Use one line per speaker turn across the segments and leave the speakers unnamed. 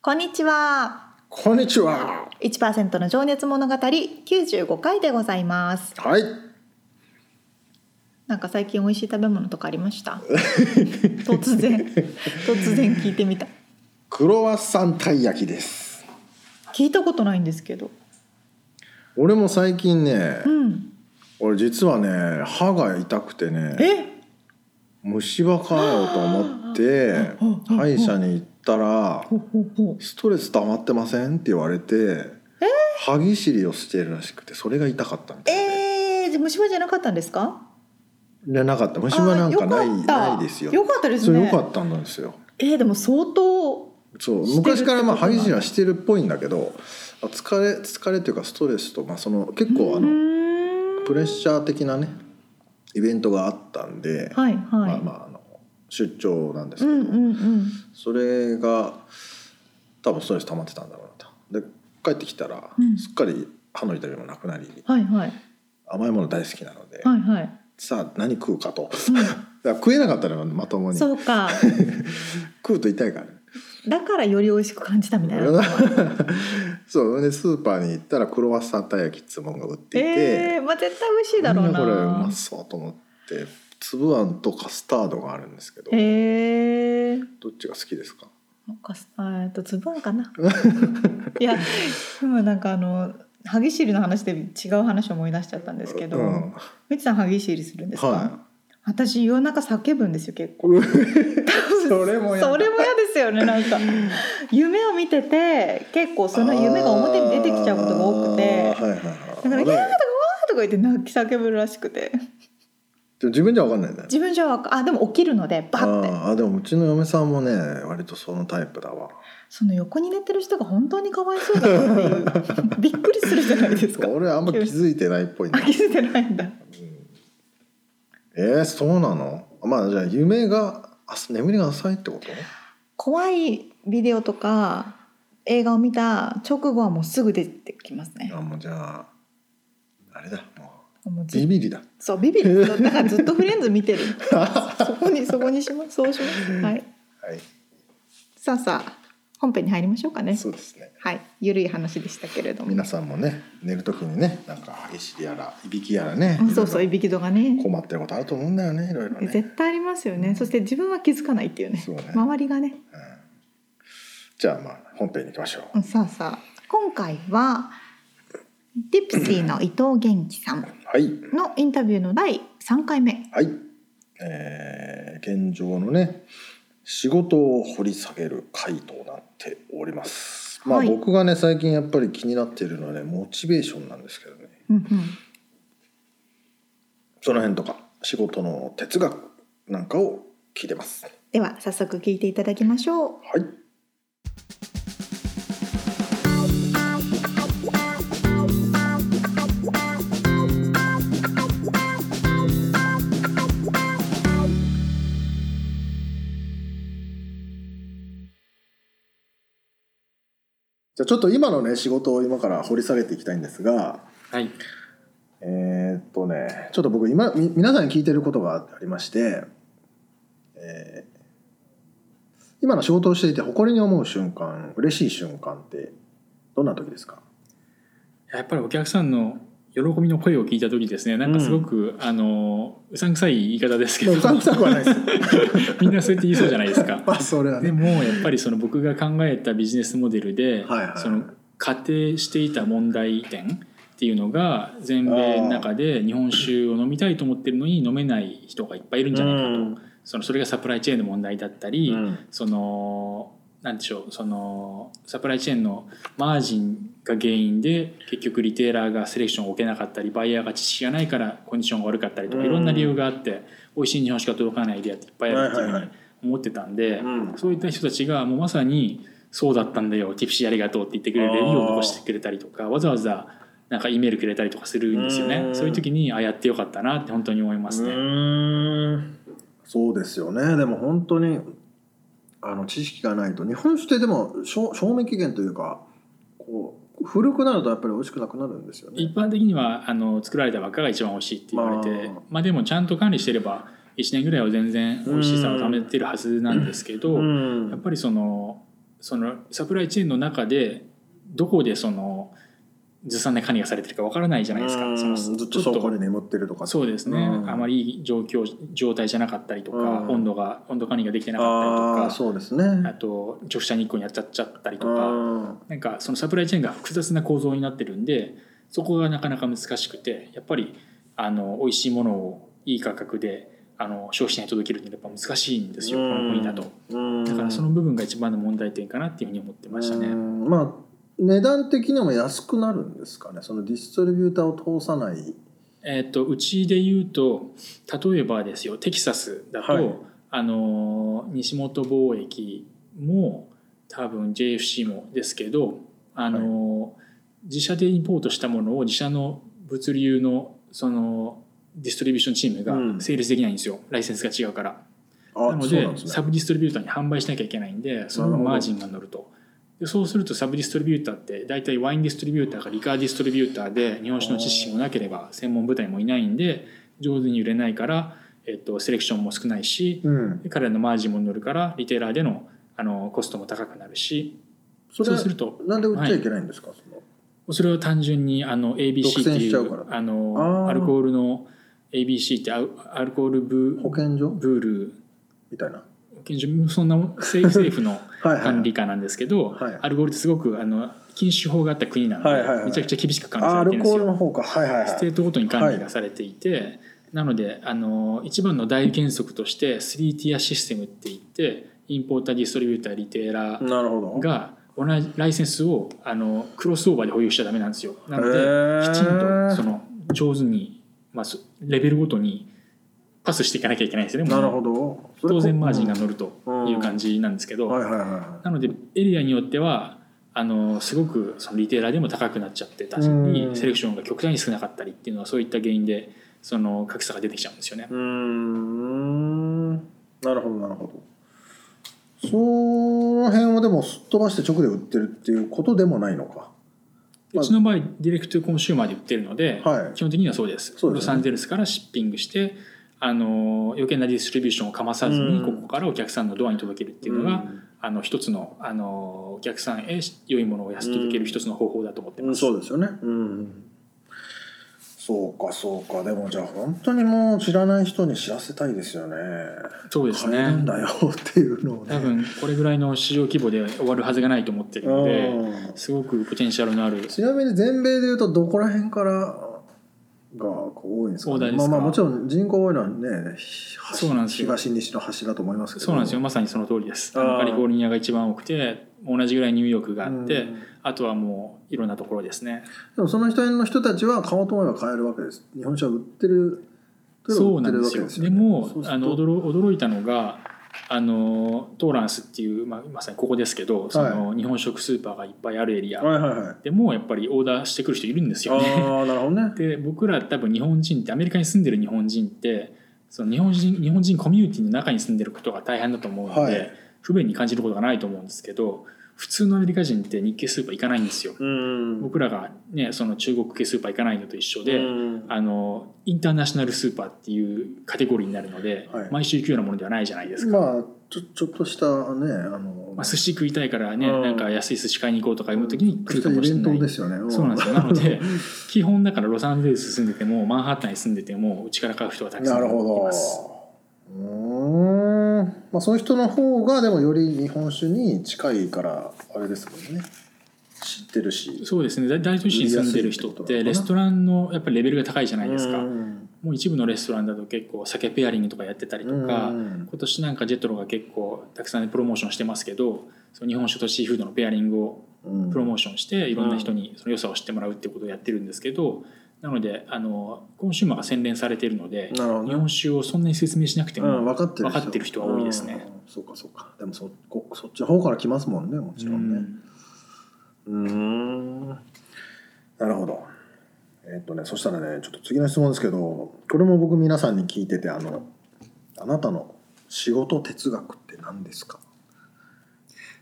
こんにちは
こんにちは。
1%の情熱物語95回でございます
はい。
なんか最近美味しい食べ物とかありました 突然突然聞いてみた
クロワッサンたい焼きです。
聞いたことないんですけど
俺も最近ね
う、ん
俺実はね、歯が痛くてね、
え
虫歯かよと思って
うんうんうん、
歯医者に行ったら、
ほうほうほう
ストレス溜まってませんって言われて、歯ぎしりをしてるらしくて、それが痛かったみたいで。
えー、じゃあ虫歯じゃなかったんですか
じゃなかった。虫歯なんかな
あ
い
ーよかった
ないですよ。
よかったです
そう
ね
よかったんですよ。
えー、でも相当
そう
してるって
昔からまあ
ことなの
歯ぎしりはしてるっぽいんだけど、疲れ疲れというかストレスとまあその結構あの。
の
プレッシャー的なねイベントがあったんで、
はいはい、
まあまああの出張なんです
う
け
ん
ど、
うんうん
それが多分ストレス溜まってたんだろうなとで帰ってきたら、
うん
すっかり歯の痛みもなくなり
はいはい
甘いもの大好きなので、
はいはい、
さあ何食うかと だか
う
ら食えなかったのよまとも
ん、
に
そうか
食うと痛いからね
だからより美味しく感じたみたいな
そうでスーパーに行ったらクロワッサンたい焼きっつうもんが売っていて、
えー、まあ絶対美味しいだろうな
なんだこれうまそうと思って粒あんとカスタードがあるんですけど、
へえ
どっちが好きですか
なんかすあえっとつぶあんか ないやでもなんかあの歯ぎしりの話で違う話を思い出しちゃったんですけど、
うん、
みちさん歯ぎしりするんですか、
は
私夜中叫ぶんですよ結構
い。それもやだ
それも嫌ですよねなんか夢を見てて結構その夢が表に出てきちゃうことが多くて
あーはいはい
だから「
はい。
いやー」とか「わー」
でも
とか言って泣き叫ぶらしくて
自分じゃわかんないね。
自分じゃわかあでも起きるのでバッて
あーあでもうちの嫁さんもね割とそのタイプだわ。
その横に寝てる人が本当にかわいそうだ なっていうびっくりするじゃないですか
俺あんま気づいてないっぽい
あ
ね。
気づいてないんだ
えー、そうなの。まあじゃあ夢があ眠りが浅いってこと？
怖いビデオとか映画を見た直後はもうすぐ出てきますね
あもうじゃああれだも
もう
うビ
ず
ビ リだ。
そうビビる だからずっとフレンズ見てるそそこにそこにしますそうしますはい
はい。
さあさあ本編に入りましょうかね
そうですね。
はいゆるい話でしたけれども
皆さんもね寝るときにねなんか激しりやらいびきやらね
あ。そうそう
い
い
ろ
びきとかね
いろ困ってることあると思うんだよねいろいろね。
絶対ありますよねそして自分は気づかないっていうね
そうね
周りがね
うんじゃあまあ本編に行きましょ
う
う。
んさあさあ今回はディプシーの伊藤元気さん
はい
のインタビューの第3回目
はい、えー現状のね仕事を掘り下げる回となっております。まあ、
はい
僕がね最近やっぱり気になっているのはねモチベーションなんですけどね
うん
その辺とか仕事の哲学なんかを聞いてます。は
では早速聞いていただきましょう
いじゃあちょっと今のね仕事を今から掘り下げていきたいんですが
はい。
えーっとねちょっと僕今み皆さんに聞いてることがありまして、えー今の仕事をしていて誇りに思う瞬間嬉しい瞬間ってどんな時ですか
やっぱりお客さんの喜びの声を聞いた時ですね。なんかすごく、あのうさんくさい言い方ですけど
う、さんくさくはないです
みんなそうやって言いそうじゃないですか。
まあそれは
で
ね
もやっぱりその僕が考えたビジネスモデルで、
はいはい
その仮定していた問題点っていうのが全米の中で日本酒を飲みたいと思ってるのに飲めない人がいっぱいいるんじゃないかと、そのそれがサプライチェーンの問題だったり、そのなんでしょうそのサプライチェーンのマージンが原因で結局リテーラーがセレクションを受けなかったりバイヤーが知識がないからコンディションが悪かったりとか
うん
いろんな理由があって美味しい日本酒が届かないアイデアっていっぱいあるってい
は
うふう
いはい
に思ってたんで
うん
そういった人たちがもうまさに「そうだったんだよ Tipsy ありがとう」って言ってくれるレビューを残してくれたりとかわざわざなんかイメールくれたりとかするんですよ
う
ね
ん
そういう時にあやってよかったなって本当に思います
う
ね。
ーんそうですよねでも本当にあの知識がないと日本酒ってでも賞賞味期限というかこう古くなるとやっぱり美味しくなくなるんですよね
一般的にはあの作られた輪っかが一番美味しいって言われて、
まあ
まあ、でもちゃんと管理してれば1年ぐらいは全然美味しさを貯めてるはずなんですけど、
ん
やっぱりそのそのサプライチェーンの中でどこでそのずさんな管理がされてるかわからないじゃないですか、
うん
その
ずっ
ちょ
と倉庫に眠ってるとか
そうですね、
うん
あまりいい状況状態じゃなかったりとか、
うん
温度が温度管理ができてなかった
あ
り
あ
とか
そうです
あ
ね
と直射日光にやっちゃっちゃったりとか、
うん
なんかそのサプライチェーンが複雑な構造になってるんでそこがなかなか難しくてやっぱりあの美味しいものをいい価格であの消費者に届けるってやっぱ難しいんですよこの国だと
うん
だからその部分が一番の問題点かなっていうふうに思ってました
う
ね
んまあ値段的にも安くなるんですかねそのディストリビューターを通さない
えっとうちで言うと例えばですよテキサスだと、
はい
あの西本貿易も多分 JFC もですけどあの、自社でインポートしたものを自社の物流のそのディストリビューションチー
う
ム
ん
が成立できないんですよ、ライセンスが違うから。
あ
なの
そう
で
なんです
サ
ね
ブディストリビューターに販売しなきゃいけないんでその分マージンが乗るとでそうするとサブディストリビューターって大体ワインディストリビューターかリカーディストリビューターで日本酒の知識もなければ専門部隊もいないんで上手に売れないから、えっと、セレクションも少ないし
うん
で彼らのマージンも乗るからリテーラーでのあのコストも高くなるし
それ
そう
は
すると
なんで売っちゃいけないんですか、その
それは単純にあの ABC って
独占し
い
ちゃう
う
から
あ
あー
のアルコールの ABC ってアウアルコールブ
保健所
ブール
みたいな
健常そんなもん政 府政府の
はいはい
管理下なんですけど、
はい
アルコールってすごくあの禁酒法があった国なので、
はいはいはい
めちゃくちゃ厳しく管理
あ
さ
ア
れてる
ル
んです
コー
よ、
ルの方かはいはい
ス
は
テ
い
ートごとに管理がされていて、なのであの一番の大原則として3ティアシステムって言ってインポーターディストリビューターリテーラー
なるほど
が同じライセンスをあのクロスオーバーで保有しちゃダメなんですよなの
へ
で
ー
きちんとその上手に、まあ、そレベルごとにパスしていかなきゃいけないんですよね
なるほどそれ
当然マージンが乗るという感じなんですけど、
はいはいはいは
なのでエリアによってはあのすごくそのリテーラーでも高くなっちゃってたし
うん
セレクションが極端に少なかったりっていうのはそういった原因でその格差が出てきちゃうんですよね
いう。ーんなるほどなるほどその辺はでもすっ飛ばして直で売ってるっていうことでもないのかま
う
あ
ちの場合ディレクトコンシューマーで売ってるので、
はい
基本的にはそうです
そうで
ロ
すね
サンゼルスからシッピングしてあの余計なディストリビューションをかまさずに
うん
ここからお客さんのドアに届けるっていうのが、
ん
あの一つのあのお客さんへ良いものを安く届ける一つの方法だと思って
う
ま
ん、
す。
そうですよねうんそうかそうかでもじゃあ本当にもう知らない人に知らせたいですよね
そうです
買える
ね
んだよっていうのをね
多分これぐらいの市場規模で終わるはずがないと思ってるので
うん
すごくポテンシャルのある
ちなみに全米でいうとどこら辺からがこう多いんですか,、
そうです
ま
か
あまあもちろん人口多いのはねひ
そうなんですよ
東西の端だと思いますけど
そうなんですよまさにその通りですあ
あー
のカリフォルニアが一番多くて同じぐらいニューヨークがあって、
うんで
あとはもういろんなところですね
もその人の人たちは買おうと思えば買えるわけです日本酒は売ってるといえば
そう
売っ
な
て
ん
るわ
です
け
よ
ですよね
でも
そうすると
あの驚驚いたのがあのトーランスっていう、まあ、まさにここですけどその、日本食スーパーがいっぱいあるエリア
はいはいはい
でもやっぱりオーダーしてくる人いるんですよね
ああなるほど ね
で僕ら多分日本人ってアメリカに住んでる日本人ってその日本人日本人コミュニティの中に住んでることが大変だと思うので、
はい
不便に感じることがないと思うんですけど普通のアメリカ人って日系スーパー行かないんですよ。
うん
僕らが、ね、その中国系スーパー行かないのと一緒
う
で、
ん
あのインターナショナルスーパーっていうカテゴリーになるので、
はい
毎週行くようなものではないじゃないですか。
まあちょちょっとしたねあの、
まあ、寿司食いたいからね、
うん
なんか安い寿司買いに行こうとかいう時に来るかもしれ
ちょっとしたイ
な
ベン
い
トですよねん
そうなんですよ。なので、基本だからロサンゼルス住んでても、マンハッタンに住んでても、うちから買う人はたくさ
なん
い
るほど
ます。。
うーん。まあそういう人の方がでもより日本酒に近いからあれですもんね。知ってるし
そうですね大大都市に住んでる人っ
売りやすいってことな
て
のかな
レストランのやっぱりレベルが高いじゃないですか、
うん
もう一部のレストランだと結構酒ペアリングとかやってたりとか、
うん
今年なんかジェトロが結構たくさんプロモーションしてますけどその日本酒とシーフードのペアリングを
うん
プロモーションしていろんな人にその良さを知ってもらうっていうことをやってるんですけどなのであのコンシューマーが洗練されているので
なるほど
日
ね
本酒をそんなに説明しなくて
うん、
も
分かってる
分かってる人は多いですね
うんそうかそうかでもそこそっちの方から来ますもんねもちろんねうんなるほどえっとねそしたらねちょっと次の質問ですけどこれも僕皆さんに聞いててあのあなたの仕事哲学って何ですか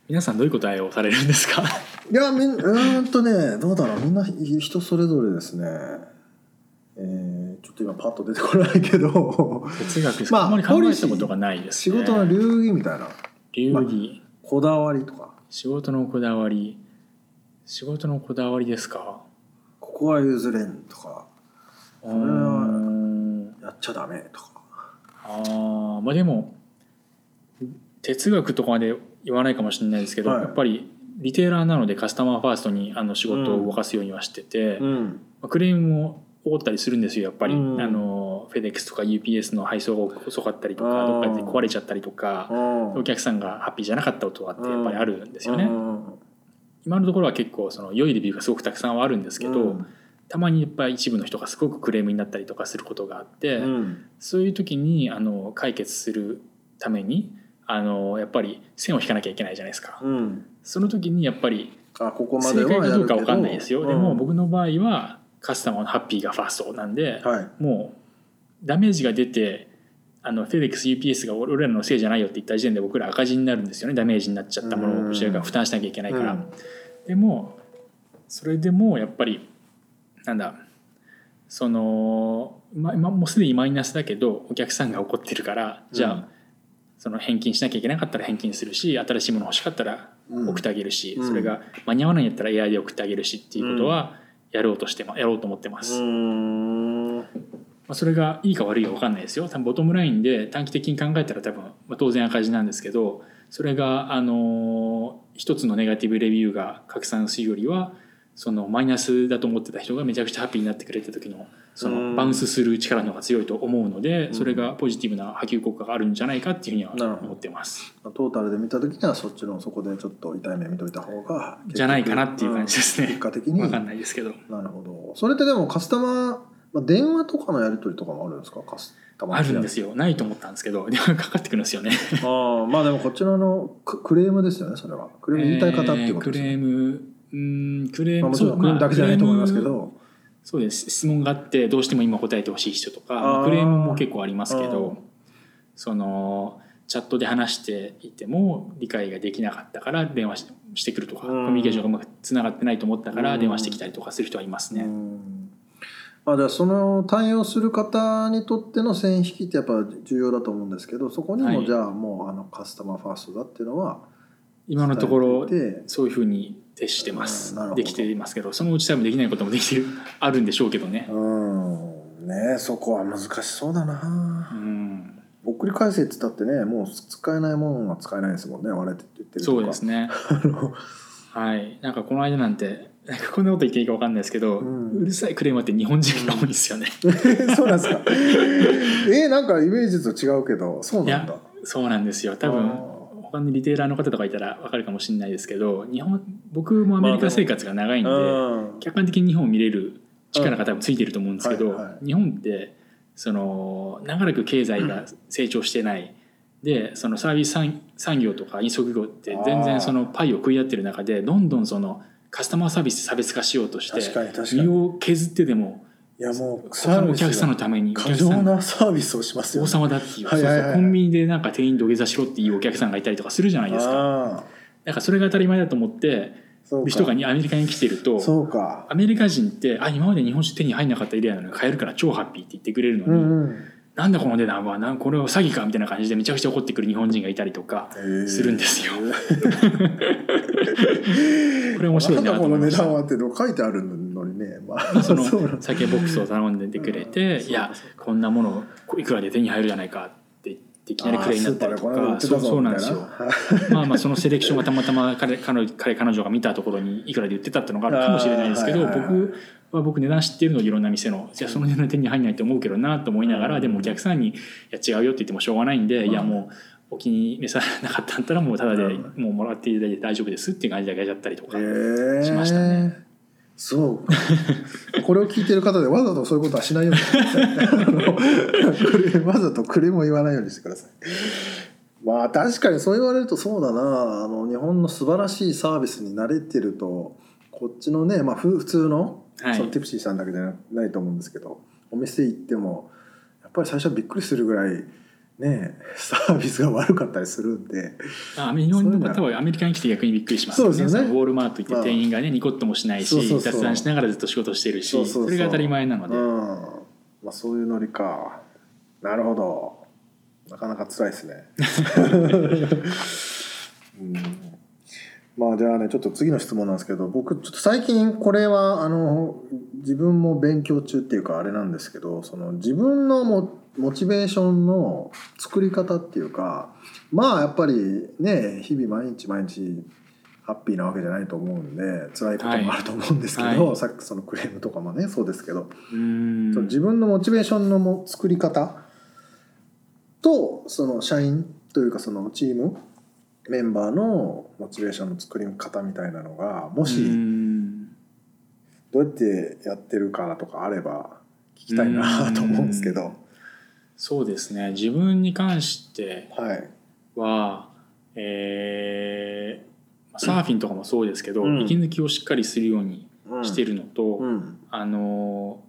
皆さんどういう答えをされるんですか
いやみんうーんとねどうだろうみんなひ人それぞれですねえーちょっと今パッと出てこないけど
哲学です
ま
か、
あ
あんまり考えたことがないです、
仕
ね、
事の流儀みたいな
流儀、
まあこだわりとか
仕事のこだわり仕事のこだわりですか
ここは譲れんとか
う
れは
ーん
やっちゃダメとか
あーまあでも哲学とかまで言わないかもしれないですけど、
はい
やっぱりリテーラーなのでカスタマーファーストにあの仕事を動かすようにはしてて、ま
ん
あクレームも起こったりするんですよやっぱり、
うん
あのフェデックスとか UPS の配送が遅かったりと
あ
か
ー
どっかで壊れちゃったりとかお客さんがハッピーじゃなかったことがあってやっぱりあるんですよね。今のところは結構その良いレビューがすごくたくさんはあるんですけど、たまにやっぱり一部の人がすごくクレームになったりとかすることがあって、そういう時にあの解決するためにあのやっぱり線を引かなきゃいけないじゃないですか。その時にやっぱり
あここまで
正解
は
か
や
どう
るけ
か
ど
わかんないですよ。でも
うん
僕の場合はカスタマーのハッピーがファーストなんで、
はい
もうダメージが出てあのフェデックス UPS が俺らのせいじゃないよって言った時点で僕ら赤字になるんですよねダメージになっちゃったものをこちらが負担しなきゃいけないから。
うん
でもそれでもやっぱりなんだその、ま、今もうすでにマイナスだけどお客さんが怒ってるからじゃあ、
うん
その返金しなきゃいけなかったら返金するし新しいもの欲しかったら
うん
送ってあげるし、
うん
それが間に合わないんだったら AI で送ってあげるしっていうことはやろうとしてま、やろうと思ってます。
うん
まあ、それがいいか悪いか分かんないですよ多分ボトムラインで短期的に考えたら多分、まあ、当然赤字なんですけどそれが、あのー一つのネガティブレビューが拡散するよりはそのマイナスだと思ってた人がめちゃくちゃハッピーになってくれた時のそ
うん
のバウンスする力の方が強いと思うので
ん
それがポジティブな波及効果があるんじゃないかっていうふうに
なる
は
ほど
思ってます
トータルで見た時にはそっちのそこでちょっと痛い目見といた方が
じゃないかなっていう感じです
結
ね
果的に
分かんないですけど
なるほどそれってでもカスタマー、まあ、電話とかのやり取りとかもあるんですかカスタマー
あるんです
よ
よないと思ったんですけど電話かかってくるんですよね
ああまあでもこちらのククレームですよねそれはクレーム言いたい方っていうことですよ
え
ね、
ークレームうーんクレーム、
まあ、もちろんクレームだけじゃないと思いますけど、
そうです質問があってどうしても今答えてほしい人とか
あー
まあクレームも結構ありますけ
う
ど
ん
そのチャットで話していても理解ができなかったから電話ししてくるとか、
うん
コミュニケーションがうまくつながってないと思ったか
う
ら
ん
電話してきたりとかする人はいますね。
うんまあ、じゃあその対応する方にとっての線引きってやっぱ重要だと思うんですけどそこに
は
も
い
じゃあもうあのカスタマーファーストだっていうのは
今のところ
伝えていて
そういうふうに徹してます
うんなるほど
できていますけどそのうち多分できないこともできてるあるんでしょうけどね。
うんねそこは難しそうだ
う、
なんぼっくり返せって言ったってねもう使えないもんは使えないですもんね割れてって言ってるとか
そうですね。
ね
はい、なんかこの間なんてなんかこんなこと言っていいか分かんないですけど、
う
うんるさいクレームって日本人が多いんですよね。
そうなんですかえなんかイメージと違うけどそう
い
なんだ
やそうなんですよ多
あ
分他のリテーラーの方とかいたら分かるかもしれないですけど日本僕もアメリカ生活が長いんで、
ーうん
客観的に日本を見れる力が多分ついてると思うんですけど、
うんはいはい
日本ってその長らく経済が成長してない、でそのサービス産産業とか飲食業って全
あー
然そのパイを食い合ってる中でどんどんそのカスタマーサービス差別化しようとして
確かに確か
身
に
を削ってでも
いやもう
他のお客さん
の
のためにお
過
客
剰
さん
なサービスをしますよ
王様だっていう,、
はいはいはい
そうそうコンビニでなんか店員土下座しろっていうお客さんがいたりとかするじゃないですか
ああ
だからそれが当たり前だと思って
そうか
人がにアメリカに来てると
そうか
アメリカ人ってあ今まで日本酒手に入んなかったエリアなのに買えるから超ハッピーって言ってくれるの
う
に、
んうん
なんだこの値段はなんこれは詐欺かみたいな感じでめちゃくちゃ怒ってくる日本人がいたりとかするんですよ。 これ面白いなと思いまし
あなたこの値段
た。
はっての書いてあるのにね、まあ、
そ の
そうなん
酒ボックスを頼んでてくれて、
うん
いや
そうかそ
こんなものいくらで手に入るじゃないかって言っっていきなりクレーになったりと
あースーパーでこの間売ってたぞみ
かそうそうな
たいな
んですよまあまあそのセレクションがたまたま彼彼彼彼女が見たところにいくらで売ってたってのがあるかもしれないですけど
あーはいはいはい
僕は僕値段知ってるのいろんな店のいやその値段手に入んないと思うけどなと思いながら、
うん
でもお客さんに「いや違うよ」って言ってもしょうがないんで、
うん
いやもうお気に召さなかったんだったらもうただで、
う
もうもらっていただいて大丈夫ですっていう感じであげちゃったりとか、
ええ
しましたね
そう かこれを聞いてる方でわざとそういうことはしないよう にしてくださいあのクレームわざとクレームを言わないようにしてくださいまあ確かにそう言われるとそうだなあの日本の素晴らしいサービスに慣れてるとこっちのね、まあ、ふ普通の,、
はい
そのティプシーさんだけじゃなないと思うんですけどお店行ってもやっぱり最初はびっくりするぐらいねサービスが悪かったりするんで。
あ日本の方はアメリカに来て逆にびっくりします
そ
よ
うですよね
そのウォールマート行って店員がねニコッともしない
そうそ
し
うそう
雑談しながらずっと仕事してるしそれが当たり前なので
うんまあ、そういうノリかなるほどなかなか辛いです ね、うん、まあじゃあねちょっと次の質問なんですけど僕ちょっと最近これはあの自分も勉強中っていうかあれなんですけどその自分のモモチベーションの作り方っていうかまあやっぱりね日々毎日毎日ハッピーなわけじゃないと思うんで辛いこともあると思うんですけど、
はいは
さっきそのクレームとかもねそうですけど、
うん
その自分のモチベーションのも作り方とその社員というかそのチームメンバーのモチベーションの作り方みたいなのがも
う
し
ん
どうやってやってるかなとかあれば聞きたいな
うん
と思うんですけど、
そうですね自分に関して
はい、
は、えーまあサーフィンとかもそうですけど、
うん
息抜きをしっかりするようにして
る、
るのと、
うん
あの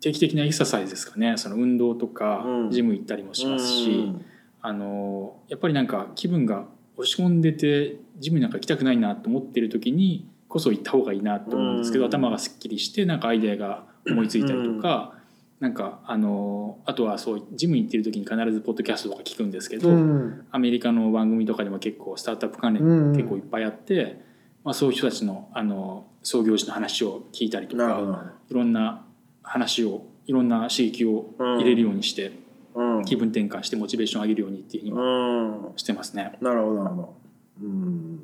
定期的なエクササイズですかねその運動とか、
うん
ジム行ったりもしますし、あのやっぱりなんか気分が押し込んでてジムなんか行きたくないなと思ってる時にこそ行った方がいいなと思うんですけど、
うん
頭がすっきりしてなんかアイデアが思いついたりとか、なんかあのあとはそうジム行ってる時に必ずポッドキャストとか聞くんですけど、
うん
アメリカの番組とかでも結構スタートアップ関連
うん
結構いっぱいあって、まあ、そういう人たちのあの創業時の話を聞いたりと
なるほ
か
ど
いろんな話をいろんな刺激を入れるようにして、
うん
気分転換してモチベーション上げるようにっていうふうには
うん
してますね。
なるほどなるほど。うん。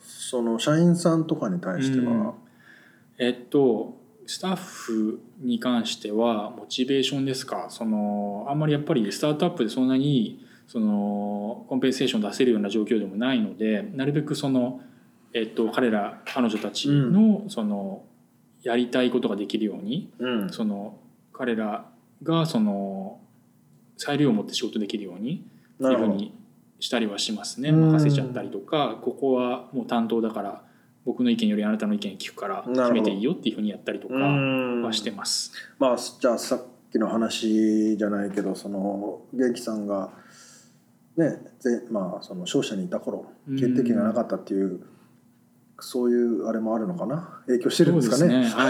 その社員さんとかに対しては、
えっとスタッフに関してはモチベーションですかそのあんまりやっぱりスタートアップでそんなにそのコンペンセーションを出せるような状況でもないのでなるべくその、えっと、彼ら彼女たちの,、そのやりたいことができるように
うん
その彼らがその裁量を持って仕事できるようにっていうふうにしたりはしますね
うん
任せちゃったりとかここはもう担当だから僕の意見よりあなたの意見聞くから
なるほ
決
ど
めていいよっていうふうにやったりとかはしてます。
まあじゃあさっきの話じゃないけど、その元気さんがね、ぜまあその商社にいた頃、
うん
決定権がなかったっていう。そういうあれもあるのかな影響してるんですかね。
そうですね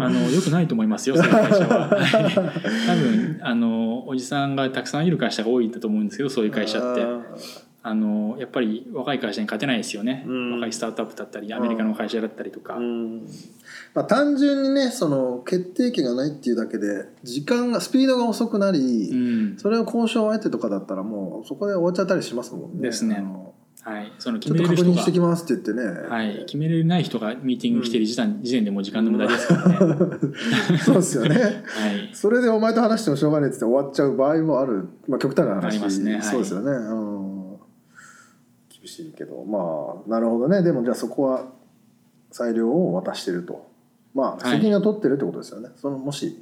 あ
あのよくないと思いますよそういう会社はは い多分あのおじさんがたくさんいる会社が多いんだと思うんですけどそういう会社ってあのやっぱり若い会社に勝てないですよね
うん
若いスタートアップだったりアメリカの会社だったりとか
うんまあ、単純にねその決定権がないっていうだけで時間がスピードが遅くなり、
うん
それを交渉相手とかだったらもうそこで終わっちゃったりしますもんね。
ですね
あの
はいその
ち
決
ょっ
め
と
れ
確
る人
認
が
してきますって言ってね。
はい、決めれない人がミーティング来てる時点,、時点でもう時間の無駄ですからね。
そうですよね。
はい、
それでお前と話してもしょうがないって言って終わっちゃう場合もある、まあ、極端な話
ありますねはい
そうですよね、うん、厳しいけどまあなるほどねでもじゃあそこは裁量を渡してるとまあ
はい
責任を取ってるってことですよね、そのもし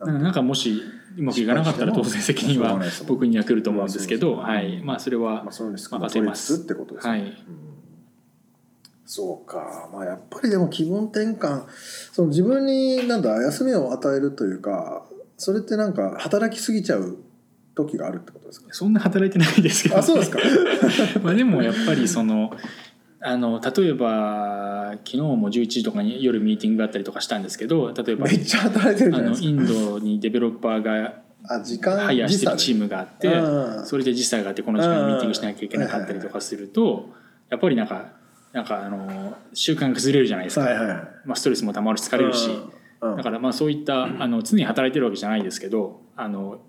なんかもしうまくいかなかったら当然責任は僕には来ると思うんですけど、
まあそう
は
ですね
い、まあそれは
まあ、そういうのに少なく取りつつってことですね、
はい
うんそうかまあやっぱりでも気分転換その自分になんだ休みを与えるというかそれってなんか働きすぎちゃう時があるってことです か
そんな働いてないですけど、
あそうですか
まあでもやっぱりそのあの例えば昨日も11時とかに夜ミーティングがあったりとかしたんですけど例えば
めっちゃ働いてるじ
あ
ゃない
の
です
インドにデベロッパーが
かあ時間
ハイヤーしてるチー
ム
ムがあって。それで時差があってこの時間にミーティングしなきゃいけなかったりとかするとやっぱりなんかなんかあの習慣が崩れるじゃないですか、
はいはい
まあ、ストレスもたまるし疲れるし
うんうん
だからまあそういったあの常に働いてるわけじゃないですけどあの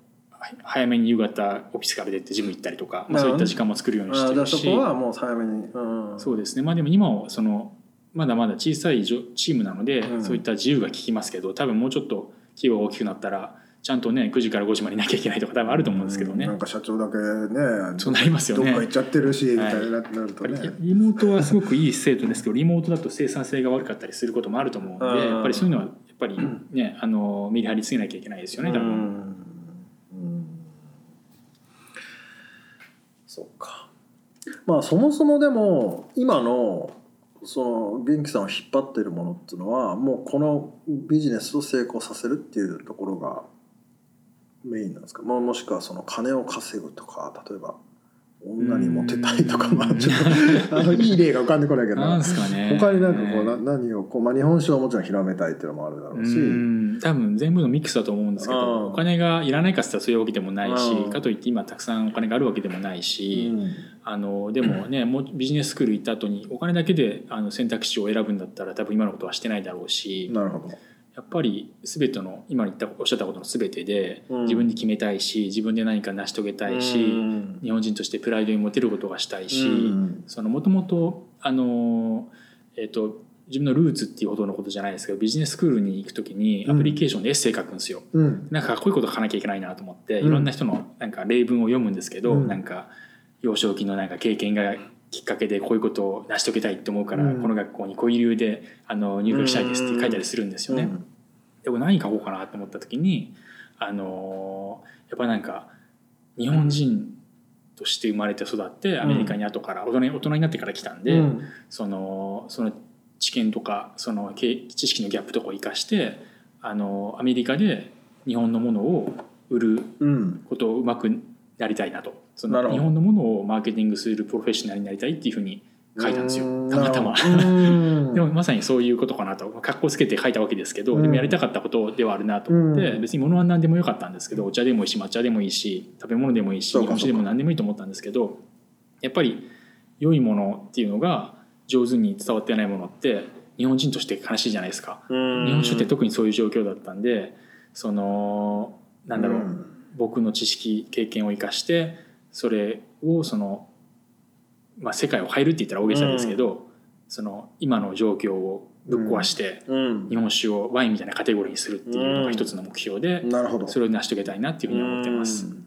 早めに夕方オフィスから出てジム行ったりとか、まあ、そういった時間も作るようにし
あじ
て
ゃ
る
あそ
し
こはもう早めに、うん、
そうですねまあでも今はそのまだまだ小さいじょチームなので、
うん
そういった自由が利きますけど多分もうちょっと企業が大きくなったらちゃんとね9時から5時までいなきゃいけないとか多分あると思うんですけどね、
なんか社長だけ
そう
ね
なりますよ
どっ
ね。
か行っちゃってるし、み
は
た
い
いになるとね、
リモートはすごくいい制度ですけどリモートだと生産性が悪かったりすることもあると思うので
うん
やっぱりそういうのはやっぱり ねあのメリハリつけなきゃいけないですよね多
う
分。
んうんそうかまあそもそもでも今のその元気さんを引っ張ってるものっていうのはもうこのビジネスを成功させるっていうところがメインなんですか、まあ、もしくはその金を稼ぐとか例えば女にモテたいとか
うん
まあちょっ とあのいい例が浮かんでこないけど
なんですかね。
他になんかこうな何をこう、まあ、日本酒をもちろん広めたいっていうのもあるだろ
う
うし。
ん多分全部のミックスだと思うんですけ
うん
どお金がいらないかっつったらそういうわけでもないし
うん
かといって今たくさんお金があるわけでもないし、
うん
あのでもねもうビジネススクール行った後にお金だけであの選択肢を選ぶんだったら多分今のことはしてないだろうし、
なるほど。
やっぱり全ての今言ったおっしゃったことの全てで
うん
自分で決めたいし自分で何か成し遂げたいし、
うん
日本人としてプライドに持てることがしたいし、
うん
そのもともとあのえっ、と自分のルーツっていうほどのことじゃないですけどビジネススクールに行く時に
うん
アプリケーションでエッセイ書くんですよ。
うん
なんかかっこいいこと書かなきゃいけないなと思って、
うん
いろんな人のなんか例文を読むんですけど、
うん
なんか幼少期のなんか経験がきっかけでこういうことを成し遂げたいって思うから、
うん
この学校にこういう理由であの入学したいですって書いたりするんですよね。でも何書こうかなと思った時にあのーやっぱなんか日本人として生まれて育ってアメリカに後から大人に大人になってから来たんで、
うん
そのその知見とかそのけ知識のギャップとかを生かしてあのアメリカで日本のものを売る
うん
ことをうまくなりたいなとそ
なる
の
ほ
日
ど
本のものをマーケティングするプロフェッショナルになりたいっていうふうに書いたんですよたまたま。で
で
もまさにそういうことかなと格好つけて書いたわけですけど、
うん
でもやりたかったことではあるなと思って、
うん
別に物は何でもよかったんですけどお茶でもいいし抹茶でもいいし食べ物でもいいし
そう
日
か
本酒でも何でもいいと思ったんですけどやっぱり良いものっていうのが上手に伝わってないものって日本人として悲しいじゃないですか。日本酒って特にそういう状況だったんでそのなんだろう、僕の知識経験を生かしてそれをその、まあ、世界を変えるって言ったら大げさですけど、その今の状況をぶっ壊して、
うん
日本酒をワインみたいなカテゴリーにするっていうのが一つの目標で、
なるほど。
それを成し遂げたいなっていうふうに思ってます。
うん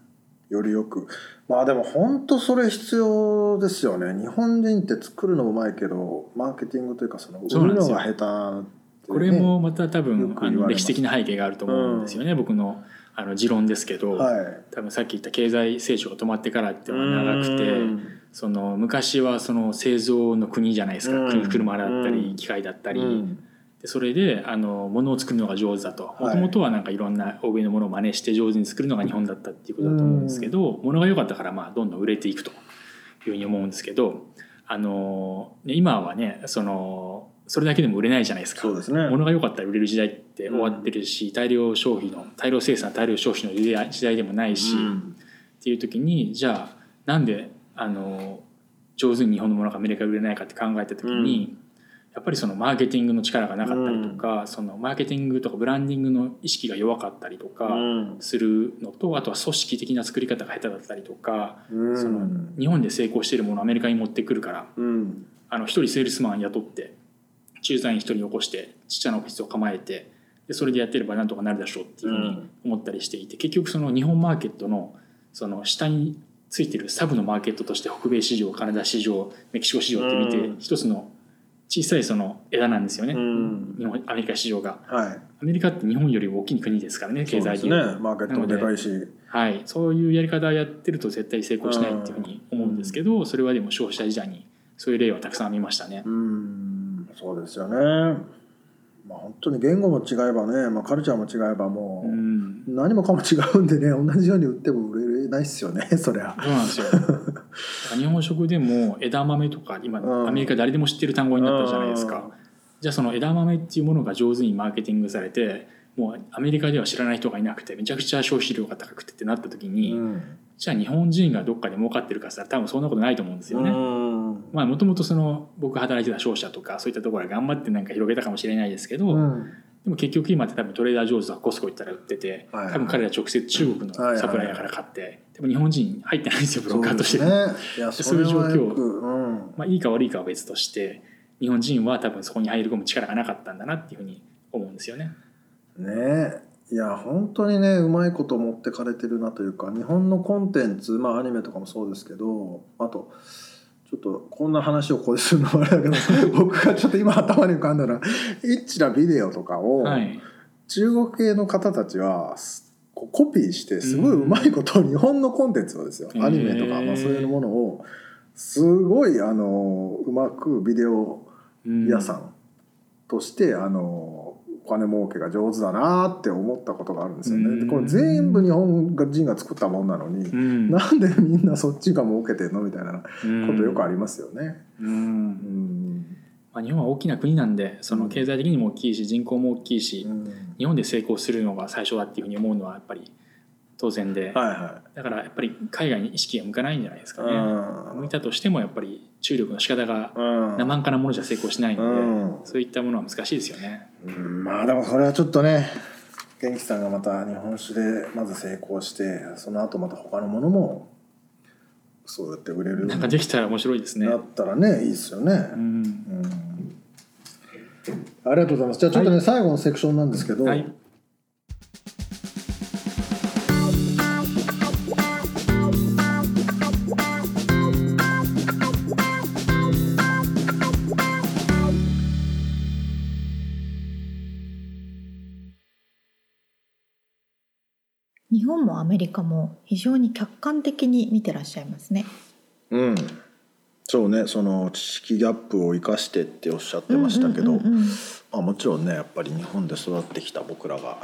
よりよく。まあでも本当それ必要ですよね。日本人って作るのうまいけどマーケティングというかその
そう
売る
なんで
の
すよ
が下手。
これ。もまた多
よ
分
く言
あ
われ
の
ます
歴史的な背景があると思うんですよね、僕のあの持論ですけど、
はい。
多分さっき言った経済成長が止まってからっていうのは長くて。
うん
その昔はその製造の国じゃないですか、
うん
車だった
う
り
ん
機械だったり、
うん
でそれであの物を作るのが上手だと
い
もともとはなんかいろんな欧米のものを真似して上手に作るのが日本だったっていうことだと思うんですけど、物が良かったからまあどんどん売れていくというふうに思うんですけどあの、ね、今はねそのそれだけでも売れないじゃないですか。
そうですね。
物が良かったら売れる時代って終わってるし、大量消費の大量生産大量消費の時代時代でもないし、
うん
っていう時にじゃあなんであの上手に日本のものがアメリカで売れないかって考えた時に、やっぱりそのマーケティングの力がなかったりとか、そのマーケティングとかブランディングの意識が弱かったりとか
うん
するのと、あとは組織的な作り方が下手だったりとか
うん
その日本で成功しているものをアメリカに持ってくるから
うん
あの一人セールスマン雇って駐在員一人起こしてちっちゃなオフィスを構えてでそれでやってればなんとかなるでしょうっていうふうに思ったりしていて、結局その日本マーケットのその下についてるサブのマーケットとして北米市場カナダ市場メキシコ市場って見て、
うん
一つの小さいその枝なんですよね、
うん
日本アメリカ市場が
はい。
アメリカって日本より大きい国ですからね経済
そ
的
う
に、
ですね。マーケットもでかいし。
はい、そういうやり方をやってると絶対成功しないっていうふうに思うんですけど、それはでも消費者時代にそういう例はたくさん見ましたね
う。んそうですよね。まあ本当に言語も違えばね、まあ、カルチャーも違えばも
う
うん何もかも違うんでね同じように売っても売れないっすよね そりゃ。
そうなんですよ。だから日本食でも枝豆とか今
うん
アメリカ誰でも知ってる単語になったじゃないです
うん
か。じゃあその枝豆っていうものが上手にマーケティングされてもうアメリカでは知らない人がいなくてめちゃくちゃ消費量が高くてってなった時に、
ん
じゃあ日本人がどっかで儲かってるかさ多分そんなことないと思うんですよね。
うん
まあもともとその僕働いてた商社とかそういったところが頑張ってなんか広げたかもしれないですけど、
う
で
ん
でも結局今って多分トレーダー・ジョーズとかコスコ行ったら売ってて
はいはい
多分彼ら直接中国のサプライヤーから買って多分日本人入ってないんですよブローカーとして
そ
も
うですねいやそ
そう
れ
いう状況
はよく、うん、
まあ、いいか悪いかは別として日本人は多分そこに入り込む力がなかったんだなっていうふうに思うんですよね。
ねえいや本当にねうまいこと持ってかれてるなというか日本のコンテンツまあアニメとかもそうですけどあとちょっとこんな話をここでするのもあれだけど 僕がちょっと今頭に浮かんだのはエッチなビデオとかを、
はい、
中国系の方たちはすこうコピーしてすごいうまいことを日本のコンテンツをですよ、
うん
アニメとか、
へー
まあ、そういうものをすごいあのうまくビデオ
うん
屋さんとして、あのお金儲けが上手だなって思ったことがあるんですよね。
うん
でこれ全部日本人が作ったもんなのに、
うん、
なんでみんなそっちが儲けてんのみたいなこ
こと
とよくありますよね。
うん
うん
まあ、日本は大きな国なんでその経済的にも大きいし人口も大きいし、
うん
日本で成功するのが最初だっていうふうに思うのはやっぱり当然で、
はいは
だからやっぱり海外に意識が向かないんじゃないです
い。
かね。向いたとしてもやっぱり注力の仕方が
うん
生半可なものじゃ成功しないので、
うん
そういったものは難しいですよね。
うんまあでもそれはちょっとね元気さんがまた日本酒でまず成功してその後また他のものもそうやって売れるよう
なん
に
かできたら面白いですね。
なったらねいいですよね、
うん
うんありがとうございますじゃあちょっとね、最後のセクションなんですけど、
はい
日本もアメリカも非常に客観的に見てらっしゃいますね。
うんそうねその知識ギャップを生かしてっておっしゃってましたけど、
うんうんうんうん
まあ、もちろんねやっぱり日本で育ってきた僕らが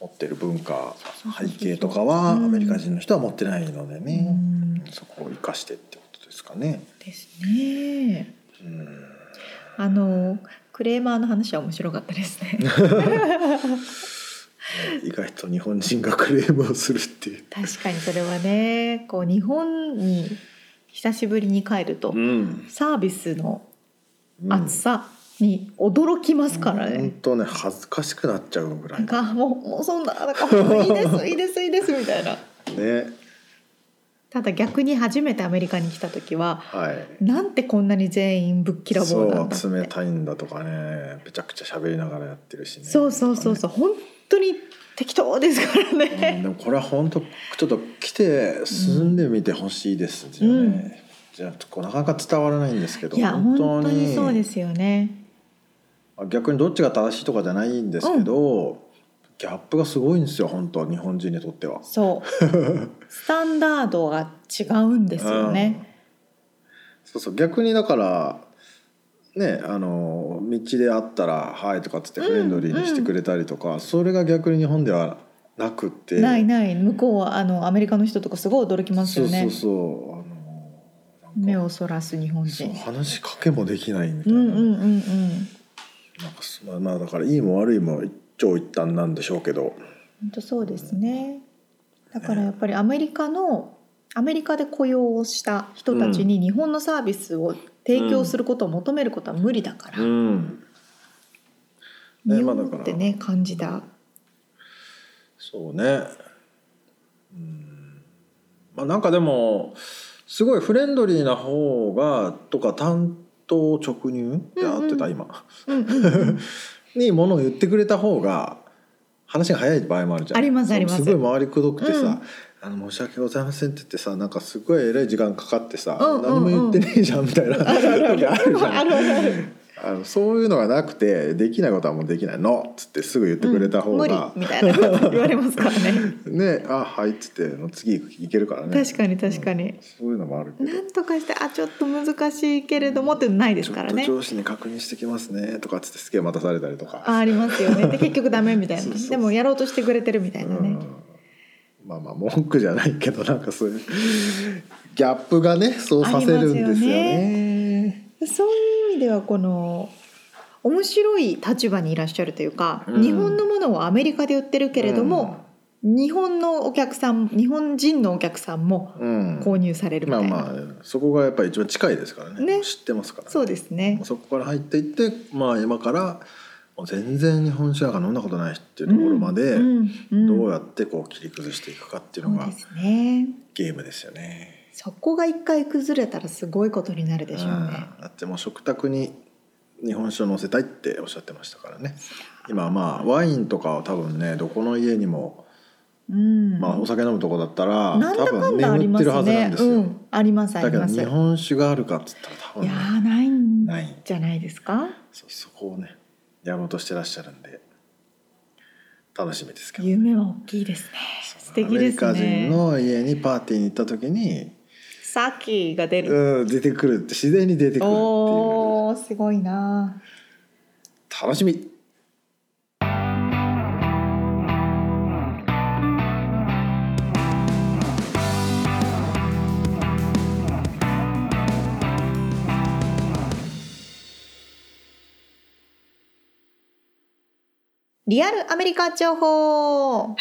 持ってる文化
そうそ
背
う
景とかはア
うん
メリカ人の人は持ってないので
う
ね、
ん
そこを生かしてってことですかね。
ですね。
うん
あのクレーマーの話は面白かったです ね。
意外と日本人がクレームをするっていう。
確かにそれはね、こう日本に久しぶりに帰ると
ん、
サービスの厚さに驚きますから
うん本
ね。
当ね恥ずかしくなっちゃうぐ
な
ら
いん
の
かもうもうそんななんかもういいです いいですいいですみたいな。
ね
ただ逆に初めてアメリカに来た時は
はい。
なんてこんなに全員ぶっきらぼうなんだって
そう冷たいんだとかねめちゃくちゃ喋りながらやってるしね
そうそうそうそう本当に適当ですから
う
ね
ん、でもこれは本当ちょっと来て住んでみてほしいですよね、
うん
じゃあこうなかなか伝わらないんですけど
いや本当にそうですすよね
逆にどっちが正しいとかじゃないんですけど、ギャップがすごいんですよ本当日本人にとっては。
そう スタンダードが違うんですよね、
うん、そうそう逆にだからねあの道で会ったら「はい」とかっつってフレンドリーにしてくれたりとか、それが逆に日本ではなくって
ないない向こうはあのアメリカの人とかすごい驚きますよね
そうそうそうあのなんか
目をそらす日本
そう
人
話しかけもできないみた
う
い
ん
な,、
うんうんうん
なんかすまあまあだからいいも悪いも一長一短なんでしょうけど
本当そうですねだからやっぱりアメリカのアメリカで雇用をした人たちに日本のサービスを提供することを求めることは無理だから、
んね
日
まあだ
本
から
ってね感じだ
そうねうんまあなんかでもすごいフレンドリーな方がとか担当直入で
うんうん
合ってた今
うんうんうん
にものを言ってくれた方が話が早い場合もあるじゃん
ありますあります
すごい回りくどくて
う
さ
ん
「あの申し訳ございません」って言ってさなんかすごいえらい時間かかってさ、
うんうんうん
何も言ってねえじゃんみた いな時あるじゃん
あるあるある
あのそういうのがなくてできないことはもうできないのっつってすぐ言ってくれた方が
うん、無、理みたいなこと言われますからね
ねあはいっつっての次いけるからね
確かに確かに、
そういうのもあるけど
なんとかしてあちょっと難しいけれどもってないですからね
ちょっと上司に確認してきますねとかっつってすげえ待たされたりとか
あありますよね で結局ダメみたいな
そうそうそう
でもやろうとしてくれてるみたいな
う
ね、
んまあまあ文句じゃないけどなんかそういうギャップがねそうさせるんですよ
ありますよ
ね。
そういう意味ではこの面白い立場にいらっしゃるというか、
うん
日本のものをアメリカで売ってるけれども、日本のお客さん日本人のお客さんも
うん、うん
購入されるみ
ま
た
あ
いな、
まあそこがやっぱり一番近いですからね
ね
知ってますから、
そうですね
そこから入っていってまあ今から全然日本酒なんか飲んだことないっていうところまで
うんうん
どうやってこう切り崩していくかっていうの
そう
が
ですね
ゲームですよね。
そこが一回崩れたらすごいことになるでしょうね
うんだってもう食卓に日本酒を載せたいっておっしゃってましたからね今はまあワインとかは多分ねどこの家にも、
うん、
まあ、お酒飲むとこだったら
なんだ
多
か
分
んだあり
眠っ
ま
てる
す
はずなん
ね
ですよ。
うんありますあ
だ
り
けど
ます
日本酒があるかっつったら多
い
分
や
ね
ーないん
ない
じゃないですか
そそこをねやろうとしてらっしゃるんで楽しみですけど
夢は大きいですね素敵ですね
アメリカ人の家にパーティーに行った時に、
さっきが出る
うん、出てくるって自然に出てくるっていう
おおーすごいな
楽しみ
リアルアメリカ情報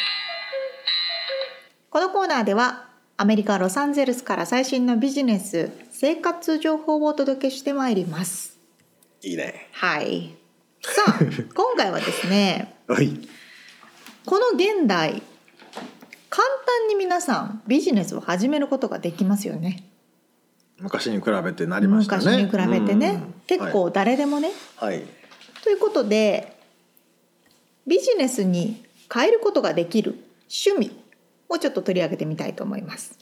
このコーナーではアメリカ・ロサンゼルスから最新のビジネス生活情報をお届けしてまいります
いいね
はいさ あ今回はですね
はい
この現代簡単に皆さんビジネスを始めることができますよね
昔に比べてなりましたね
昔に比べてね、結構誰でもね、
はい、はい
ということでビジネスに変えることができる趣味をちょっと取り上げてみたいと思います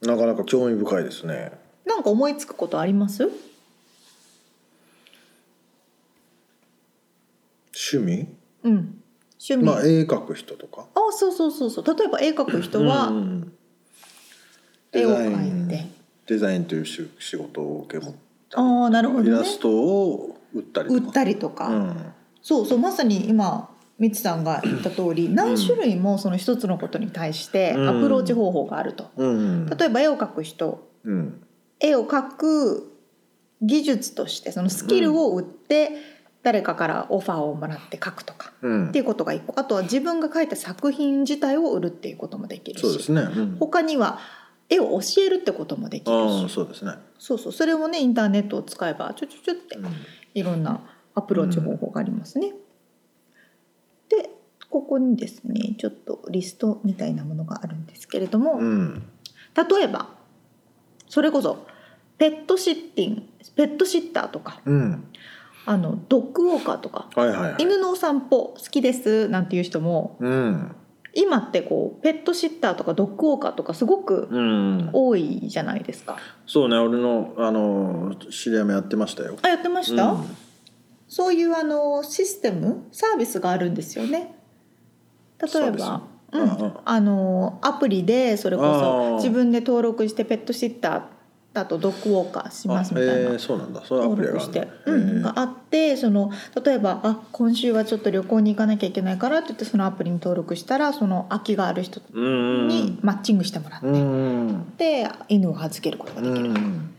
なかなか興味深いですね
なんか思いつくことあります
趣味
うん趣味、
まあ
あ
絵描く人とか
そうそうそうそう例えば絵描く人
うんう
は
ん
絵を
デザイ
描い
ン
て、
デザインという仕仕事を受け持ったり
ああなるほ
イ
ど
ラ
ね
ストを売ったりとか
売ったりとか、
うん
そうそうまさに今みちさんが言った通り何種類もその一つのことに対してアプローチ方法があると、
うん
例えば絵を描く人
うん
絵を描く技術としてそのスキルを売って誰かからオファーをもらって描くとか
うん
っていうことが一個あとは自分が描いた作品自体を売るっていうこともできる
そうで
し
すね、うん、
他には絵を教えるってこともできる
ああ
し
そうですね、
そうそうそれをねインターネットを使えばちょちょちょって
う
いろんなアプローチ方法がありますね。でここにですねちょっとリストみたいなものがあるんですけれども、
んうん、
例えばそれこそペットシッティングペットシッターとか
うん、
あのドッグウォーカーとか
はいはいはい
犬のお散歩好きですなんていう人も
うん
今ってこうペットシッターとかドッグウォーカーとかすごく
うん
多いじゃないですか。
そうね俺のあの知り合いもやってましたよ
あやってました、
うん
そういうあのシステムサービスがあるんですよね。例えば、
サービス
うん
うんうん
あのアプリでそれこ
あ
そ
ー
自分で登録してペットシッターだとドッグウォーカーしますみたいな
あへえそうなんだそういうアプ
登
リ
録
がある
し
ん
て
だ、
うん、
へ
があってその例えばあ今週はちょっと旅行に行かなきゃいけないからって言ってそのアプリに登録したらその空きがある人
えうん
にマッチングしてもらって、
うんうん
で犬を預けることが
う
できる、
ん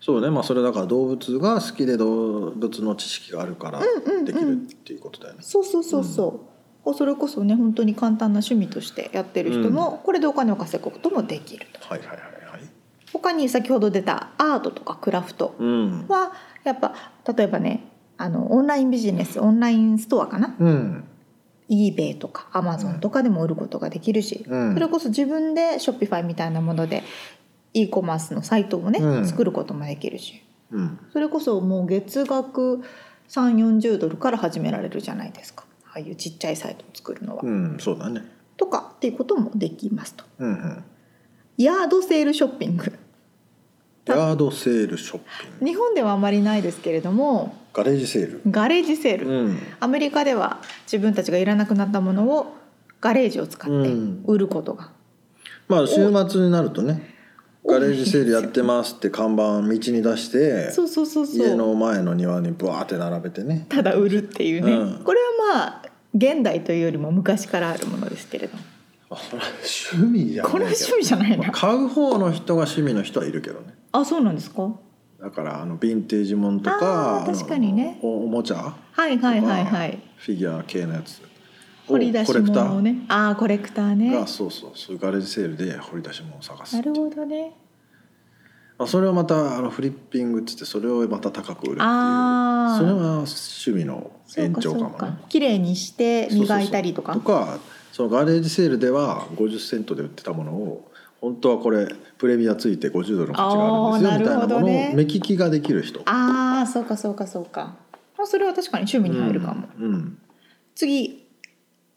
そうねまあそれだから動物が好きで動物の知識があるから
うんうん
できるっていうことだよね、
そうそうそうそう、それこそね本当に簡単な趣味としてやってる人もこれでお金を稼ぐこともできると
はいはいはいはい
他に先ほど出たアートとかクラフト
うん
はやっぱ例えばねあのオンラインビジネスオンラインストアかな
うん
eBay とか Amazon とかでも売ることができるし、
うん
それこそ自分で Shopify みたいなもので e コマースのサイトをね、
うん
作ることもできるし
うん
それこそもう月額3 4 0ドルから始められるじゃないですかああいうちっちゃいサイトを作るのは、
うんそうだね
とかっていうこともできますと
うんうん
ヤードセールショッピング
ヤードセールショッピング
日本ではあまりないですけれども
ガレージセール
ガレージセール、
うん
アメリカでは自分たちがいらなくなったものをガレージを使って売ることが、
まあ週末になるとねガレージセールやってますって看板道に出して
そうそうそうそう
家の前の庭にブワーって並べてね
ただ売るっていうね、
うん
これはまあ現代というよりも昔からあるものですけれども
あそれは趣味じゃない
これは趣味じゃない
まあ
な
買う方の人が趣味の人はいるけどね
あそうなんですか
だからあのヴィンテージもんとか
あー確かにね
あのおおもちゃ
はいはいはいはい
フィギュア系のやつを
掘り出し
コレクタ
物を
ー
ねああコレクターね
がそうそうそういうガレージセールで掘り出し物を探す
な
ってい
る
う
ほどね
まあ、それをまたあのフリッピングっつってそれをまた高く売るっていうそれ
あー
は趣味の
そう
延
か
長
そう
かも
か
ね
綺麗にして磨いたりとか
そうそうそうとかそのガレージセールでは50セントで売ってたものを本当はこれプレミアついて50ドルの価値があるんで
あー
すよみたい
なる
なも
ほど
の
ね
を目利きができる人
ああそうかそうかそうかあそれは確かに趣味に入るかも、
うんうん
次、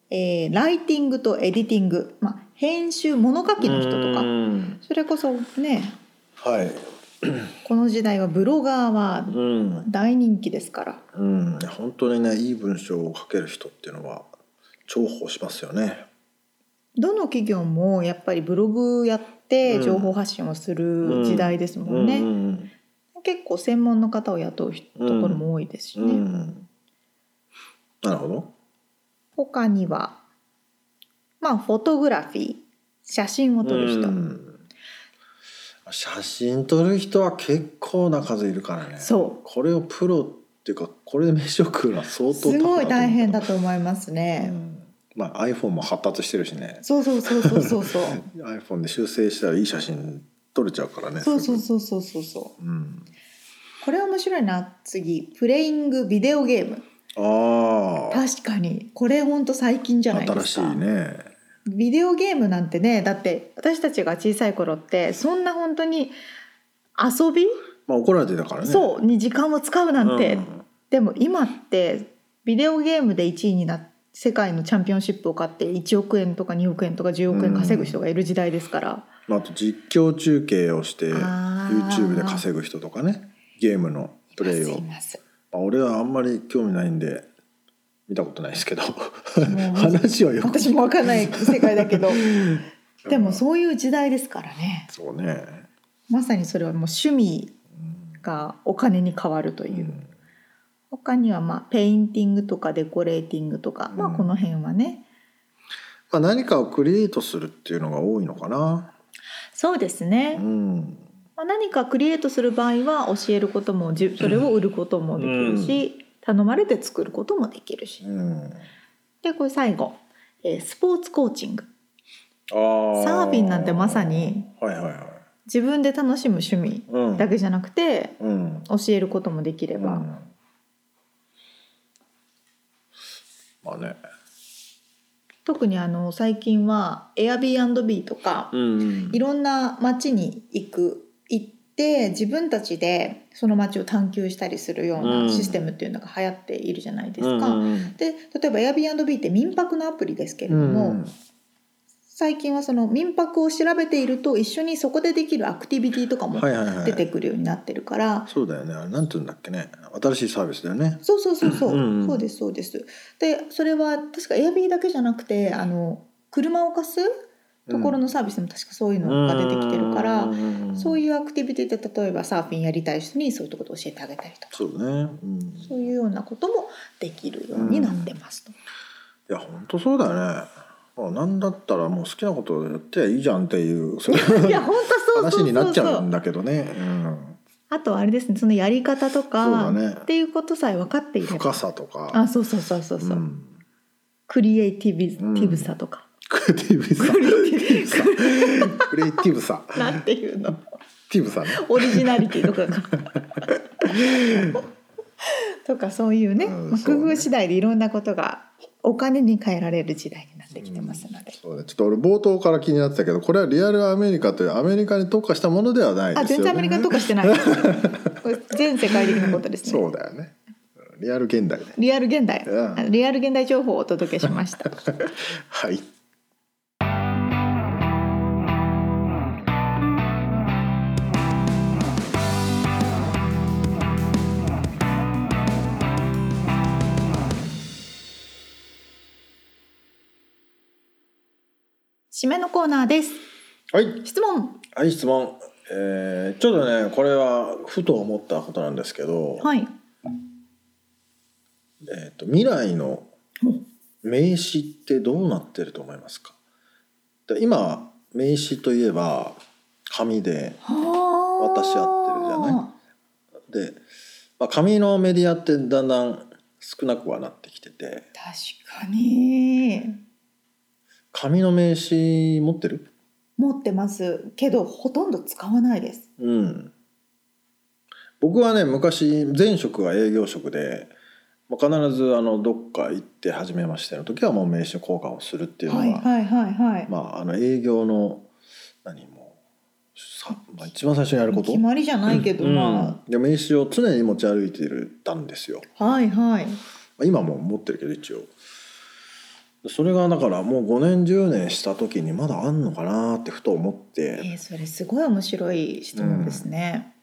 えーライティングとエディティング、まあ、編集物書きの人と
う
か
ん
それこそね
はい
この時代はブロガーは
うん
大人気ですから
うん、本当にねいい文章を書ける人っていうのは重宝しますよね。
どの企業もやっぱりブログやって
うん
情報発信をする時代ですも
うんん
ね、
うん
結構専門の方を雇うひところも多いですし
う
ね、
ん、なるほど。
他にはまあフォトグラフィー写真を撮る人、
うん写真撮る人は結構な数いるからね。
そう
これをプロっていうかこれで飯を食うのは相当
すごい大変だ
と
と思います
思う
ね
う、んまあ iPhone も発達してるしね。
そうそうそうそうそう そう
iPhone で修正したらいい写真撮れちゃうからね。
そうそう
す
そうそうそうそう
ぐ。うん、
これ面白いな次プレイングビデオゲーム
ああ。
確かにこれほんと最近じゃないですか
新しいね。
ビデオゲームなんてねだって私たちが小さい頃ってそんな本当に遊び、
まあ怒られてたからね。
そうに時間を使うなんて、
うん
でも今ってビデオゲームで1位になって世界のチャンピオンシップを買って1億円とか2億円とか10億円稼ぐ人がいる時代ですから、
まあ、あと実況中継をして
あー
YouTube で稼ぐ人とかねゲームのプレイを、
い
ま
ますい
あ、俺はあんまり興味ないんで見たことないですけど
う
話はよ
ます
く
私も分かん ない世界だけどでもそういう時代ですからね
そうね、
まさにそれはもう趣味
うん
がお金に変わるというう、
ん
他にはまあペインティングとかデコレーティングとか、まあ
うん
この辺はね
まあ、何かをクリエイトするっていうのが多いのかな、
そうです
う
ね、
ん、
まあ、何かクリエイトする場合は教えることもじゅそれを売ることもできるし、頼まれて作ることもできるし
うん、
でこれ最後、えースポーツコーチング
あー
サーフィンなんてまさに
はいはいはい
自分で楽しむ趣味
うん
だけじゃなくて
うん
教えることもできれば、
うんまあね
特にあの最近は Airbnb とか、
うん
いろんな街に行く行って自分たちでその街を探求したりするよう
う
なんシステムっていうのが流行っているじゃないですか。
うん
で例えば Airbnb って民泊のアプリですけれ
う
ど
ん
も、最近はその民泊を調べていると一緒にそこでできるアクティビティとかも
はいはいはい
出てくるようになってるから、
そうだよね。あれなんて言うんだっけね。新しいサービスだよね。
そうそうそうそう、
うんうん
そうですそうです。でそれは確か Airbnb だけじゃなくてあの車を貸すところのサービスも確かそういうのが出てきてるから。そう
う
い
ん。
うアクティビティで例えばサーフィンやりたい人にそういうところを教えてあげたりとか
そうね。うん、い
そういうようなこともできるようになってますと。
や本当そうだよね。まあなんだったらもう好きなことやってりゃいいじゃんっていうそうい
い
う
や本当そうそ
話
う
にな
そ
っ
う
ち
そ
ゃうん
う。
だけどね。うん。
あとはあれですねそのやり方と
そうだ
か、
ね
っ。ていうことさえ分かっていれば
深さとか。
あそうそうそうそうそう、
ん。
クリエイティビティブさとか、
クリエイティブさ。
クリエイティブ
クリエイティブさ。
さなんていうの
ティブさね。
オリジナリティとかが とかそういうね、
うん
まあ、
そう
工
ね
夫次第でいろんなことがお金に変えられる時代になってきてますので、
そうね。ちょっと俺冒頭から気になってたけど、これはリアルアメリカというアメリカに特化したものではないですよ
あ全然
ね。
アメリカとかしてないこれ全世界的なことです
そ
ね
うだよね。リアル現代ね。
リアル現代、
うん
あのリアル現代情報をお届けしました
はい。
締めのコーナーです
はい。
質問
はい、質問。えーちょっとね、これはふと思ったことなんですけど、
はい
えっ、と、未来の名詞ってどうなってると思いますかで今、名詞といえば、紙で、私
私
合ってるじゃなで、まあ、紙のメディアってだんだん少なくはなってきてて、
確かに
紙の名詞持ってる
う持ってますけどほとんど使わないです
うん、僕はね昔前職は営業職で、まあ、必ずあのどっか行って初めましての時はもう名刺交換をするっていうのが、
はいはいはいはい、
まあ、あの営業の何もうさ、まあ、一番最初にやること
決まりじゃないけど、ま
うんで名刺を常に持ち歩いてるたんですよ。
あはいはい
まあ今も持ってるけど一応それがだからもう5年10年した時にまだあんのかなってふと思っ
え
て、
ーそれすごい面白い質問ですね、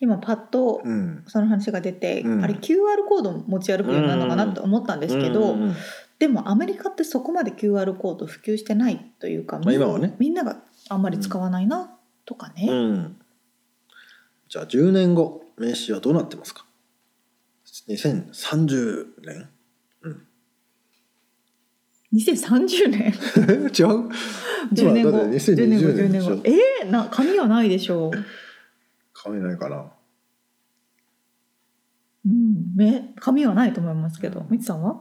今パッと
うん、
その話が出て、
うん
あれ QR コード持ち歩くようになるのかなと思ったんですけど、
うんうんうん
でもアメリカってそこまで QR コード普及してないというか、
まあ今はね
みんながあんまり使わないなとかね、
うん、じゃあ10年後名刺はどうなってますか2030年
2030年
違う
10年後
だって2020年
10年後10年後えー、な紙はないでしょう、
紙ないかな
うん、め紙はないと思いますけど
うん
みつさんは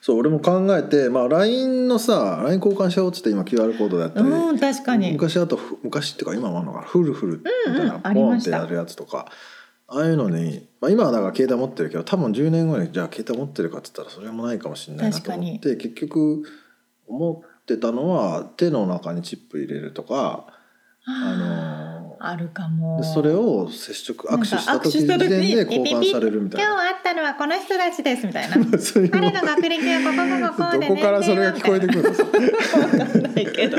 そう俺も考えて、まあ、LINE のさ LINE 交換しようっつって今 QR コードだったり、
うん確かに
昔あとふ昔っていうか今もあるのかなフルフルみたい
う
な、
んうん
ポ
あり
ン
ま
っ
してた
やるやつとかああいうのに、まあ、今はだから携帯持ってるけど多分10年後にじゃあ携帯持ってるかっつったらそれもないかもしれないなと思って結局思ってたのは手の中にチップ入れるとか、あの
あるかも
でそれを接触
なん
握
か
手した時
握
時
手した時
点
に
で交換されるみたいな。
今日会ったのはこの人たちですみたい な
そういう
彼の学歴はここここここ
ど
で
こからそれが聞こえてくるの
くるわかんないけど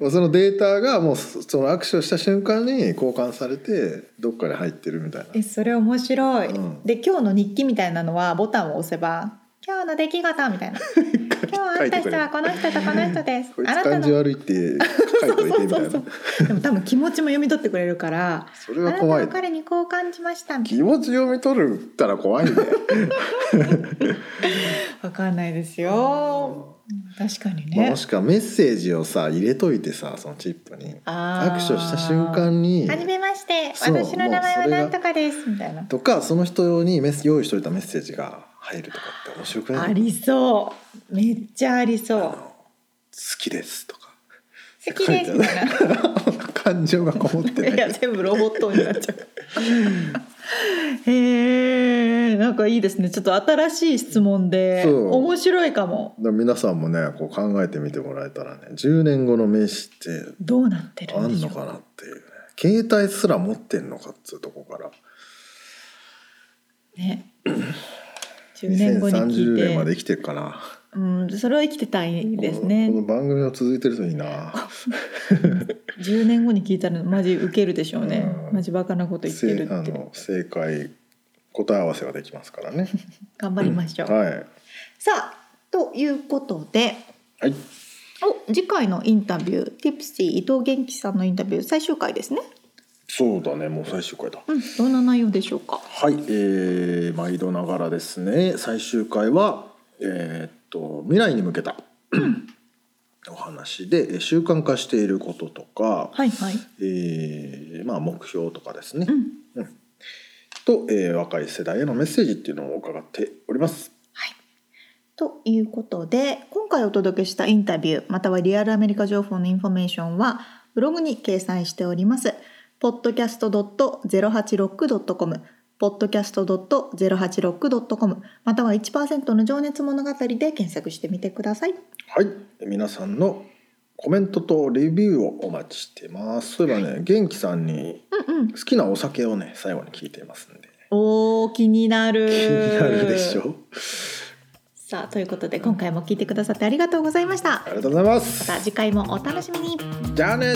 まあそのデータがもうそその握手をした瞬間に交換されてどっかに入ってるみたいな
えそれ面白い、
うん
で今日の日記みたいなのはボタンを押せば今日の出来事みたい な今日会った人はこの人とこの人です
こい
あ
つ
なた
感じ
の
悪いって書いといてみたいな
でも多分気持ちも読み取ってくれるから
そ
あ
れ
な
が
た
怖
はい彼にこう感じましたみたい
気持ち読み取るったら怖いね
なわかんないですよ、確かに
まあ
ね
も、しくはメッセージをさ入れといてさそのチップに
あー
握手をした瞬間に
はじめまして
そう
私の名前
もう
は
それが
なんとかですみたいな
とかその人にメス用意しといたメッセージが入るとかって面白くな
あ
い
りそうめっちゃありそ
あの
う
好きです」とか
好きですみたいな
感情がこもってない
いや全部ロボットになっちゃ うへえなんかいいですねちょっと新しい質問で
そう
面白いかも
だから皆さんもねこう考えてみてもらえたらね10年後の名刺って
どうなってる
あ
んで
ん
しょ
の
う
かなっていうね携帯すら持ってんのかっつうとこから
ね10年後に聞
2030年ま
い
で
て、
生きてるかな
うん、それは生きてたいですね
このこの番組が続いてるといいな
10年後に聞いたらマジウケるでしょうね
うん
マジバカなこと言ってる
せあ
って
の正解答え合わせができますからね
頑張りましょう、
はい
さあということで
はい
お次回のインタビューティプシー伊藤元気さんのインタビュー最終回ですね
そうだねもう最終回だ
うんどんな内容でしょうか
はい、えー毎度ながらですね最終回は、えーっと未来に向けた お話でえー習慣化していることとか、
はいはい。
えーまあ、目標とかですね、
うん。
と、えー若い世代へのメッセージっていうのを伺っております。
ということで今回お届けしたインタビューまたはリアルアメリカ情報のインフォメーションはブログに掲載しております podcast.086.com podcast.086.com または1%の情熱物語で検索してみてください。
はい、皆さんのコメントとレビューをお待ちしてます。そういえばね、元気さんに
うんうん
好。きなお酒をね最後に聞いていますんで
おー気になる。
気になるでし。ょ。
さあということで今回も聞いてくださってありがとうございました。
ありがとうございま
また
す。
次回もお楽しみに。
じゃあね。